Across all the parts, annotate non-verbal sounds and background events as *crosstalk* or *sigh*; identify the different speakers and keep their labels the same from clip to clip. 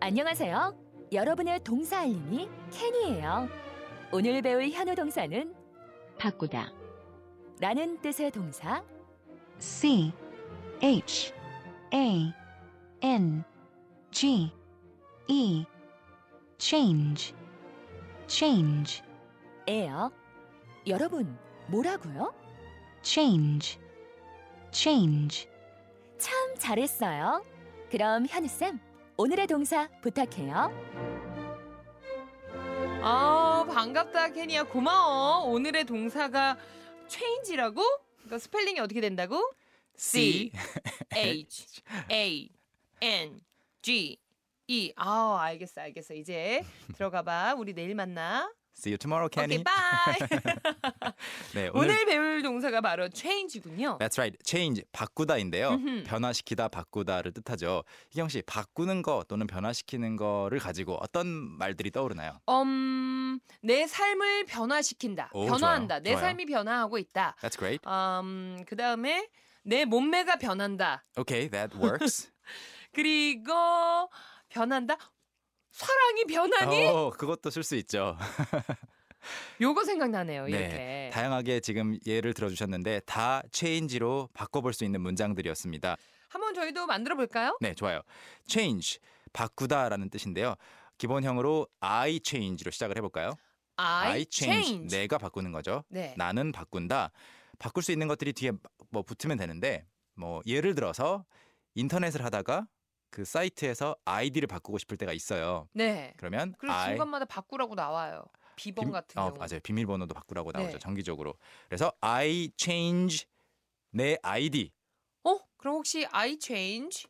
Speaker 1: 안녕하세요. 여러분의 동사 알림이 캔이에요. 오늘 배울 현우 동사는
Speaker 2: 바꾸다.
Speaker 1: 라는 뜻의 동사
Speaker 2: C H A N G E change change
Speaker 1: 예요. 여러분, 뭐라고요?
Speaker 2: change change
Speaker 1: 참 잘했어요. 그럼 현우쌤, 오늘의 동사 부탁해요.
Speaker 3: 아 반갑다 케니야 고마워 오늘의 동사가 change라고? 그러니까 스펠링이 어떻게 된다고?
Speaker 4: *laughs*
Speaker 3: C H A N G E 아 알겠어 알겠어 이제 들어가봐 우리 내일 만나
Speaker 4: See you tomorrow, Kenny.
Speaker 3: 오케이 바이
Speaker 4: 네, *laughs* 오늘, 네.
Speaker 3: 오늘 배울 동사가 바로 change군요
Speaker 4: That's right. Change 바꾸다인데요.
Speaker 3: 음흠.
Speaker 4: 변화시키다, 바꾸다를 뜻하죠. 희경 씨, 바꾸는 거 또는 변화시키는 거를 가지고 어떤 말들이 떠오르나요?
Speaker 3: 음, 내 삶을 변화시킨다
Speaker 4: 오,
Speaker 3: 변화한다
Speaker 4: 좋아요,
Speaker 3: 내
Speaker 4: 좋아요.
Speaker 3: 삶이 변화하고 있다
Speaker 4: That's great.
Speaker 3: 음, 그 다음에 내 몸매가 변한다
Speaker 4: Okay, that
Speaker 3: *laughs*
Speaker 4: works.
Speaker 3: 그리고 변한다. 사랑이 변하니?
Speaker 4: 어, 그것도 쓸 수 있죠.
Speaker 3: 요거 생각나네요.
Speaker 4: 네,
Speaker 3: 이렇게.
Speaker 4: 다양하게 지금 예를 들어 주셨는데 다 change로 바꿔 볼수 있는 문장들이었습니다.
Speaker 3: 한번 저희도 만들어 볼까요?
Speaker 4: 네, 좋아요. change 바꾸다라는 뜻인데요. 기본형으로 I change로 시작을 해 볼까요?
Speaker 3: I,
Speaker 4: 내가 바꾸는 거죠.
Speaker 3: 네.
Speaker 4: 나는 바꾼다. 바꿀 수 있는 것들이 뒤에 뭐 붙으면 되는데 뭐 예를 들어서 인터넷을 하다가 그 사이트에서 아이디를 바꾸고 싶을 때가 있어요.
Speaker 3: 네.
Speaker 4: 그러면
Speaker 3: 그리고
Speaker 4: I-
Speaker 3: 중간마다 바꾸라고 나와요. 비번
Speaker 4: 비-
Speaker 3: 같은
Speaker 4: 어,
Speaker 3: 경우.
Speaker 4: 맞아요. 비밀번호도 바꾸라고 나오죠.
Speaker 3: 네.
Speaker 4: 정기적으로. 그래서 I change 내 아이디.
Speaker 3: 어? 그럼 혹시 I change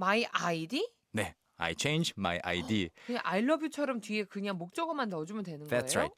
Speaker 3: my ID?
Speaker 4: 네. I change my
Speaker 3: *gasps*
Speaker 4: ID.
Speaker 3: 그냥 I love you처럼 뒤에 그냥 목적어만 넣어주면 되는
Speaker 4: That's
Speaker 3: 거예요?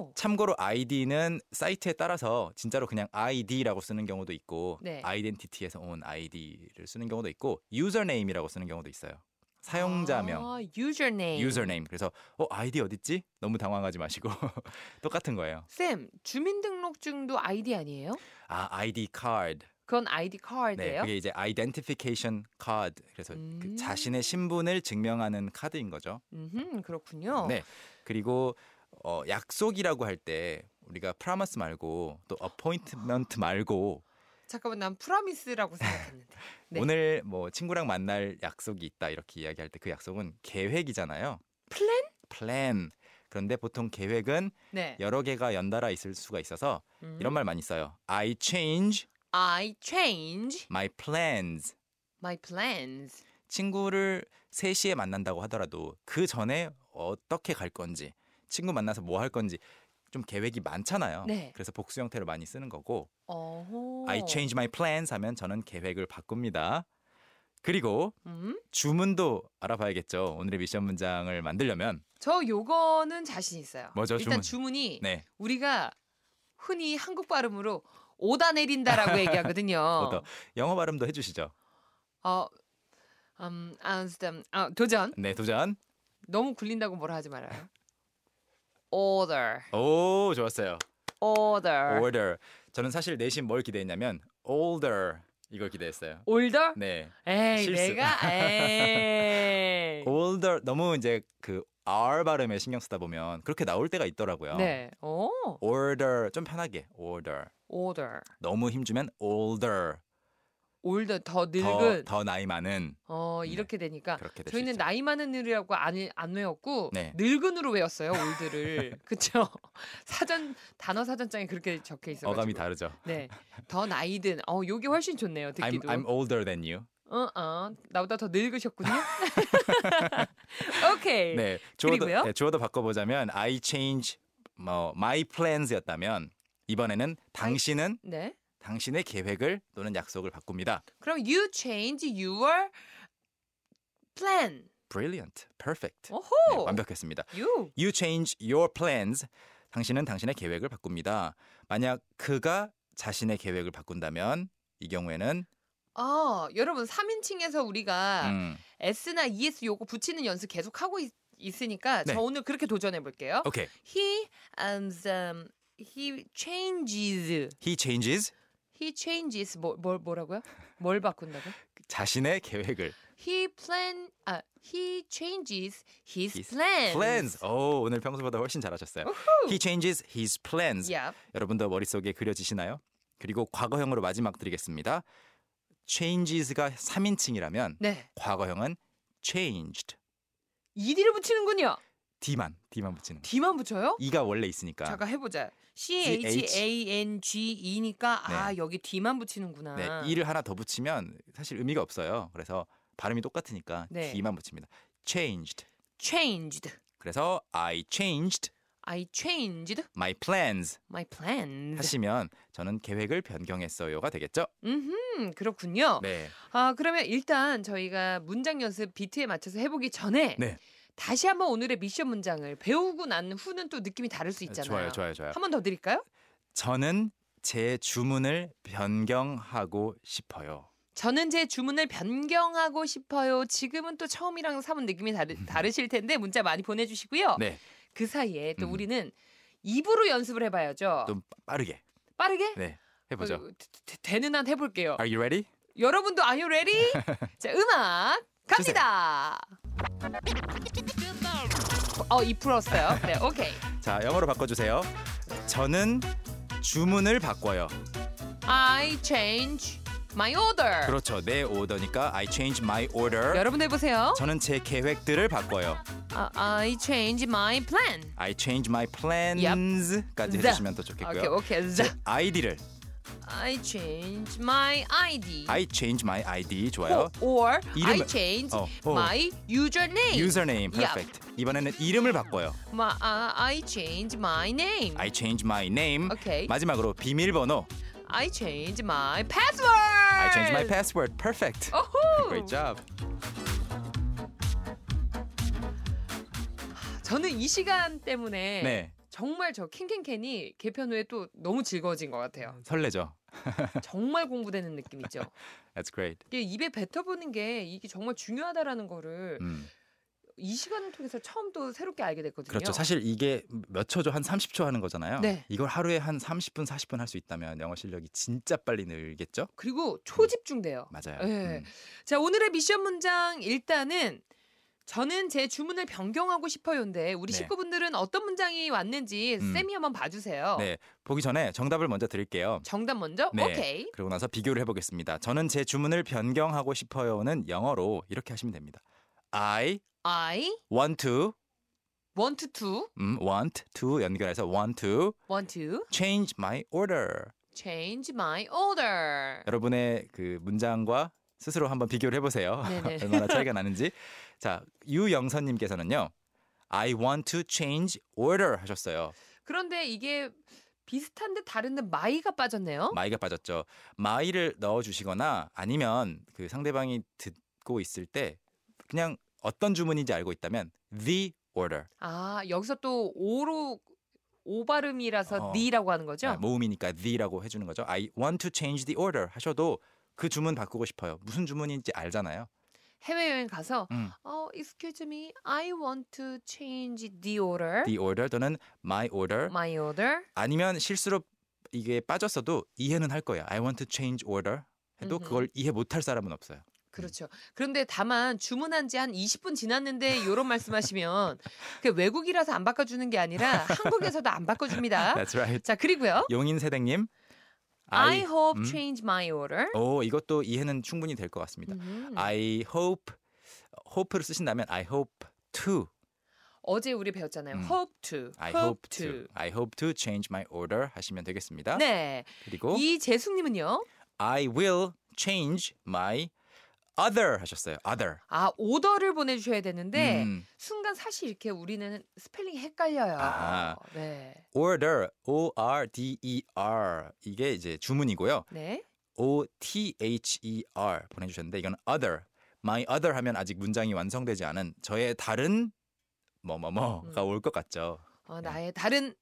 Speaker 3: 오.
Speaker 4: 참고로 아이디는 사이트에 따라서 진짜로 그냥 아이디라고 쓰는 경우도 있고
Speaker 3: 네.
Speaker 4: 아이덴티티에서 온 아이디를 쓰는 경우도 있고 유저네임이라고 쓰는 경우도 있어요. 사용자명
Speaker 3: 아, username.
Speaker 4: 유저네임. 그래서 어 아이디 어딨지? 너무 당황하지 마시고 *laughs* 똑같은 거예요.
Speaker 3: 쌤, 주민등록증도 아이디 아니에요?
Speaker 4: 아 아이디 카드.
Speaker 3: 그건 아이디
Speaker 4: 네,
Speaker 3: 카드예요?
Speaker 4: 그게 이제 아이덴티피케이션 카드. 그래서 그
Speaker 3: 음.
Speaker 4: 자신의 신분을 증명하는 카드인 거죠.
Speaker 3: 음흠, 그렇군요.
Speaker 4: 네. 그리고 어, 약속이라고 할 때 우리가 프라마스 말고 또 어포인트먼트 말고
Speaker 3: 잠깐만 난 프라미스라고
Speaker 4: *laughs*
Speaker 3: 생각했는데. 네.
Speaker 4: 오늘 뭐 친구랑 만날 약속이 있다 이렇게 이야기할 때 그 약속은 계획이잖아요.
Speaker 3: 플랜?
Speaker 4: 플랜. 그런데 보통 계획은
Speaker 3: 네.
Speaker 4: 여러 개가 연달아 있을 수가 있어서
Speaker 3: 음.
Speaker 4: 이런 말 많이 써요. I change
Speaker 3: I change
Speaker 4: my plans.
Speaker 3: my plans.
Speaker 4: 친구를 3시에 만난다고 하더라도 그 전에 어떻게 갈 건지, 친구 만나서 뭐 할 건지 좀 계획이 많잖아요.
Speaker 3: 네.
Speaker 4: 그래서 복수 형태로 많이 쓰는 거고
Speaker 3: 어허.
Speaker 4: I change my plans 하면 저는 계획을 바꿉니다. 그리고
Speaker 3: 음?
Speaker 4: 주문도 알아봐야겠죠. 오늘의 미션 문장을 만들려면
Speaker 3: 저 요거는 자신 있어요.
Speaker 4: 뭐죠,
Speaker 3: 일단
Speaker 4: 주문?
Speaker 3: 주문이
Speaker 4: 네.
Speaker 3: 우리가 흔히 한국 발음으로 오다
Speaker 4: *laughs*
Speaker 3: 내린다라고 얘기하거든요.
Speaker 4: 오더. 영어 발음도 해 주시죠.
Speaker 3: 어. 음, 아, 음, 아, 도전.
Speaker 4: 네, 도전.
Speaker 3: 너무 굴린다고 뭐라 하지 말아요. order.
Speaker 4: 오, 좋았어요.
Speaker 3: order.
Speaker 4: order. 저는 사실 내심 뭘 기대했냐면 older 이걸 기대했어요.
Speaker 3: older?
Speaker 4: 네.
Speaker 3: 에이,
Speaker 4: 실수. *laughs*
Speaker 3: 내가 에이.
Speaker 4: older 너무 이제 그 r 발음에 신경 쓰다 보면 그렇게 나올 때가 있더라고요.
Speaker 3: 네. 오.
Speaker 4: order 좀 편하게 order.
Speaker 3: order.
Speaker 4: 너무 힘주면 older.
Speaker 3: 올더 더
Speaker 4: 더,
Speaker 3: 늙은
Speaker 4: 더 나이 많은
Speaker 3: 어
Speaker 4: 네,
Speaker 3: 이렇게 되니까
Speaker 4: 그렇게 될수
Speaker 3: 저희는
Speaker 4: 있죠.
Speaker 3: 나이 많은 늘이라고 안, 안 외웠고
Speaker 4: 네.
Speaker 3: 늙은으로 외웠어요
Speaker 4: *laughs*
Speaker 3: 올드를 그쵸 사전 단어 사전장에 그렇게 적혀 있어요
Speaker 4: 어감이 다르죠.
Speaker 3: 네더 나이든 어 요게 훨씬 좋네요
Speaker 4: I'm
Speaker 3: 듣기도
Speaker 4: I'm older than you.
Speaker 3: 어어 나보다 더
Speaker 4: *laughs*
Speaker 3: 늙으셨군요 오케이
Speaker 4: 네, 주어도
Speaker 3: 예. 그리고요?
Speaker 4: 네, 주어도 바꿔보자면 I change 뭐 my plans였다면 이번에는 당신은
Speaker 3: 네.
Speaker 4: 당신의 계획을 또는 약속을 바꿉니다.
Speaker 3: 그럼 you change your plan
Speaker 4: Brilliant, perfect. 네,
Speaker 3: 오호
Speaker 4: 완벽했습니다.
Speaker 3: you
Speaker 4: You change your plans. 당신은 당신의 계획을 바꿉니다. 만약 그가 자신의 계획을 바꾼다면 이 경우에는
Speaker 3: 어 여러분 3인칭에서 우리가
Speaker 4: 음,
Speaker 3: S나 ES 요거 붙이는 연습 계속 하고 있, 으니까
Speaker 4: 네. 어.
Speaker 3: 저 오늘 그렇게 도전해 볼게요.
Speaker 4: okay.
Speaker 3: He um, um he changes
Speaker 4: He changes
Speaker 3: He changes 뭐, 뭘 뭐라고요? 뭘 바꾼다고?
Speaker 4: 자신의 계획을
Speaker 3: He plan 아 he changes his,
Speaker 4: His
Speaker 3: plans.
Speaker 4: plans. 오, 오늘 평소보다 훨씬 잘하셨어요. He changes his plans.
Speaker 3: Yep.
Speaker 4: 여러분도 머릿속에 그려지시나요? 그리고 과거형으로 마지막 드리겠습니다. changes가 3인칭이라면
Speaker 3: 네.
Speaker 4: 과거형은 changed.
Speaker 3: ed를 붙이는군요.
Speaker 4: d만 d만 붙이는 거.
Speaker 3: d만 붙여요?
Speaker 4: e가 원래 있으니까.
Speaker 3: 잠깐 해보자. C H
Speaker 4: CH.
Speaker 3: A N G E니까 아 여기 d만 붙이는구나.
Speaker 4: 네, e를 하나 더 붙이면 사실 의미가 없어요. 그래서 발음이 똑같으니까
Speaker 3: 네.
Speaker 4: d만 붙입니다. changed.
Speaker 3: changed.
Speaker 4: 그래서 I changed
Speaker 3: I changed
Speaker 4: my plans
Speaker 3: my plans.
Speaker 4: 하시면 저는 계획을 변경했어요가 되겠죠?
Speaker 3: 음 그렇군요.
Speaker 4: 네.
Speaker 3: 아 그러면 일단 저희가 문장 연습 비트에 맞춰서 해보기 전에
Speaker 4: 네.
Speaker 3: 다시 한번 오늘의 미션 문장을 배우고 난 후는 또 느낌이 다를 수 있잖아요.
Speaker 4: 좋아요, 좋아요, 좋아요.
Speaker 3: 한 번 더 드릴까요?
Speaker 4: 저는 제 주문을 변경하고 싶어요.
Speaker 3: 저는 제 주문을 변경하고 싶어요. 지금은 또 처음이랑 사뭇 느낌이
Speaker 4: *laughs*
Speaker 3: 다르, 다르실 텐데 문자 많이 보내주시고요.
Speaker 4: 네,
Speaker 3: 그 사이에 또
Speaker 4: 음.
Speaker 3: 우리는 입으로 연습을 해봐야죠.
Speaker 4: 좀 빠르게
Speaker 3: 빠르게
Speaker 4: 네 해보죠.
Speaker 3: 어, 되- 되- 되는 한 해볼게요.
Speaker 4: Are you ready?
Speaker 3: 여러분도 Are you
Speaker 4: *laughs*
Speaker 3: ready? 자 음악 갑니다. 어이 풀었어요. 네 오케이.
Speaker 4: 자 영어로 바꿔주세요. 저는 주문을 바꿔요.
Speaker 3: I change my order.
Speaker 4: 그렇죠. 내 오더니까 I change my order.
Speaker 3: 여러분 해보세요.
Speaker 4: 저는 제 계획들을 바꿔요.
Speaker 3: 아, I change my plan.
Speaker 4: I change my plans까지
Speaker 3: The.
Speaker 4: 해주시면 더
Speaker 3: 오케이
Speaker 4: 좋겠고요.
Speaker 3: 오케이.
Speaker 4: 제
Speaker 3: 자,
Speaker 4: 아이디를
Speaker 3: I change my ID.
Speaker 4: I change my ID
Speaker 3: 호-
Speaker 4: 좋아요.
Speaker 3: or I
Speaker 4: 이름을-
Speaker 3: change
Speaker 4: 어, 호.
Speaker 3: my username.
Speaker 4: Username
Speaker 3: Yep.
Speaker 4: perfect. 이번에는 이름을 바꿔요.
Speaker 3: My, 아, I change my name. I,
Speaker 4: I change my name.
Speaker 3: Okay.
Speaker 4: 마지막으로 비밀번호.
Speaker 3: change my password.
Speaker 4: I changed my password. Perfect.
Speaker 3: 오호.
Speaker 4: Great job.
Speaker 3: 저는 이 시간 때문에
Speaker 4: 네.
Speaker 3: 정말 저 캥캥캔이 개편 후에 또 너무 즐거워진 것 같아요.
Speaker 4: 설레죠. 음.
Speaker 3: 정말 공부되는 느낌 있죠.
Speaker 4: That's great.
Speaker 3: 이게 입에 뱉어보는 게 이게 정말 중요하다라는 거를
Speaker 4: 음.
Speaker 3: 이 시간을 통해서 처음 또 새롭게 알게 됐거든요.
Speaker 4: 그렇죠. 사실 이게 몇 초죠? 한 30초 하는 거잖아요.
Speaker 3: 네.
Speaker 4: 이걸 하루에 한 30분, 40분 할 수 있다면 영어 실력이 진짜 빨리 늘겠죠?
Speaker 3: 그리고 초집중돼요.
Speaker 4: 맞아요.
Speaker 3: 네.
Speaker 4: 음.
Speaker 3: 자 오늘의 미션 문장 일단은 저는 제 주문을 변경하고 싶어요인데 우리
Speaker 4: 네.
Speaker 3: 식구분들은 어떤 문장이 왔는지
Speaker 4: 음.
Speaker 3: 쌤이 한번 봐주세요.
Speaker 4: 네. 보기 전에 정답을 먼저 드릴게요.
Speaker 3: 정답 먼저.
Speaker 4: 네.
Speaker 3: 오케이.
Speaker 4: 그리고 나서 비교를 해보겠습니다. 저는 제 주문을 변경하고 싶어요는 영어로 이렇게 하시면 됩니다. I
Speaker 3: I
Speaker 4: want to
Speaker 3: want to
Speaker 4: 음, want to 연결해서 want to
Speaker 3: want to
Speaker 4: change my order.
Speaker 3: change my order.
Speaker 4: 여러분의 그 문장과 스스로 한번 비교를 해보세요.
Speaker 3: 네네.
Speaker 4: *laughs* 얼마나 차이가 나는지. 자 유영선님께서는요. I want to change order 하셨어요.
Speaker 3: 그런데 이게 비슷한데 다른데 마이가 빠졌네요.
Speaker 4: 마이가 빠졌죠. 마이를 넣어주시거나 아니면 그 상대방이 듣고 있을 때 그냥 어떤 주문인지 알고 있다면 the order
Speaker 3: 아 여기서 또 오로 오 발음이라서
Speaker 4: 어.
Speaker 3: 니라고 하는 거죠.
Speaker 4: 아, 모음이니까 the라고 해주는 거죠. I want to change the order 하셔도 그 주문 바꾸고 싶어요. 무슨 주문인지 알잖아요.
Speaker 3: 해외 여행 가서
Speaker 4: 음.
Speaker 3: 어 excuse me, I want to change the order,
Speaker 4: The order 또는 my order 음.
Speaker 3: my order.
Speaker 4: 아니면 실수로 이게 빠졌어도 이해는 할 거예요. I want to change order 해도
Speaker 3: 음흠.
Speaker 4: 그걸 이해 못할 사람은 없어요.
Speaker 3: 그렇죠. 그런데 다만 주문한 지 한 20분 지났는데 이런 말씀하시면 그 외국이라서 안 바꿔주는 게 아니라
Speaker 4: *laughs*
Speaker 3: 한국에서도 안 바꿔줍니다.
Speaker 4: That's right.
Speaker 3: 자 그리고요.
Speaker 4: 용인 세댕님.
Speaker 3: 아. 어? I,
Speaker 4: 네. I-
Speaker 3: hope
Speaker 4: 음.
Speaker 3: change my order.
Speaker 4: 오 이것도 이해는 충분히 될 것 같습니다.
Speaker 3: 음.
Speaker 4: I hope hope를 쓰신다면 I hope to
Speaker 3: 어제 우리 배웠잖아요.
Speaker 4: 음.
Speaker 3: hope to.
Speaker 4: I hope to I hope to change my order 하시면 되겠습니다.
Speaker 3: 네.
Speaker 4: 그리고
Speaker 3: 이재숙님은요.
Speaker 4: I will change my other 하셨어요. other.
Speaker 3: 아 오더를 보내주셔야 되는데
Speaker 4: 음,
Speaker 3: 순간 사실 이렇게 우리는 스펠링이 헷갈려요.
Speaker 4: 아.
Speaker 3: 네.
Speaker 4: order O R D E R 이게 이제 주문이고요.
Speaker 3: 네.
Speaker 4: O T H E R 보내주셨는데 이건 other, my other 하면 아직 문장이 완성되지 않은 저의 다른 뭐 뭐 뭐가
Speaker 3: 음.
Speaker 4: 올 것 같죠.
Speaker 3: 어, 나의 다른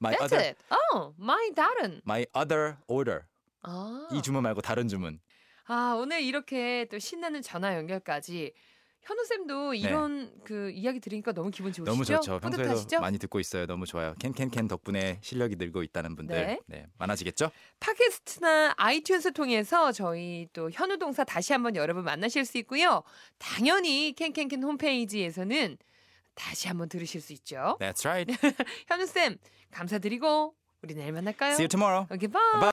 Speaker 4: My
Speaker 3: That's
Speaker 4: other,
Speaker 3: it. 어, my 다른.
Speaker 4: my other order
Speaker 3: 아.
Speaker 4: 이 주문 말고 다른 주문.
Speaker 3: 아, 오늘 이렇게 또 신나는 전화 연결까지 현우 쌤도 이런 그 이야기 들으니까 너무 기분 좋으시죠?
Speaker 4: 네. 너무 좋죠. 평소에도
Speaker 3: 뿌듯하시죠?
Speaker 4: 많이 듣고 있어요. 너무 좋아요. 캔캔캔 덕분에 실력이 늘고 있다는 분들
Speaker 3: 네.
Speaker 4: 네, 많아지겠죠?
Speaker 3: 팟캐스트나 아이튠스 통해서 저희 또 현우 동사 다시 한번 여러분 만나실 수 있고요. 당연히 캔캔캔 홈페이지에서는 다시 한번 들으실 수 있죠. 네.
Speaker 4: That's right.
Speaker 3: 현우 쌤 감사드리고 우리 내일 만날까요?
Speaker 4: See you tomorrow.
Speaker 3: Okay, bye.
Speaker 4: Bye.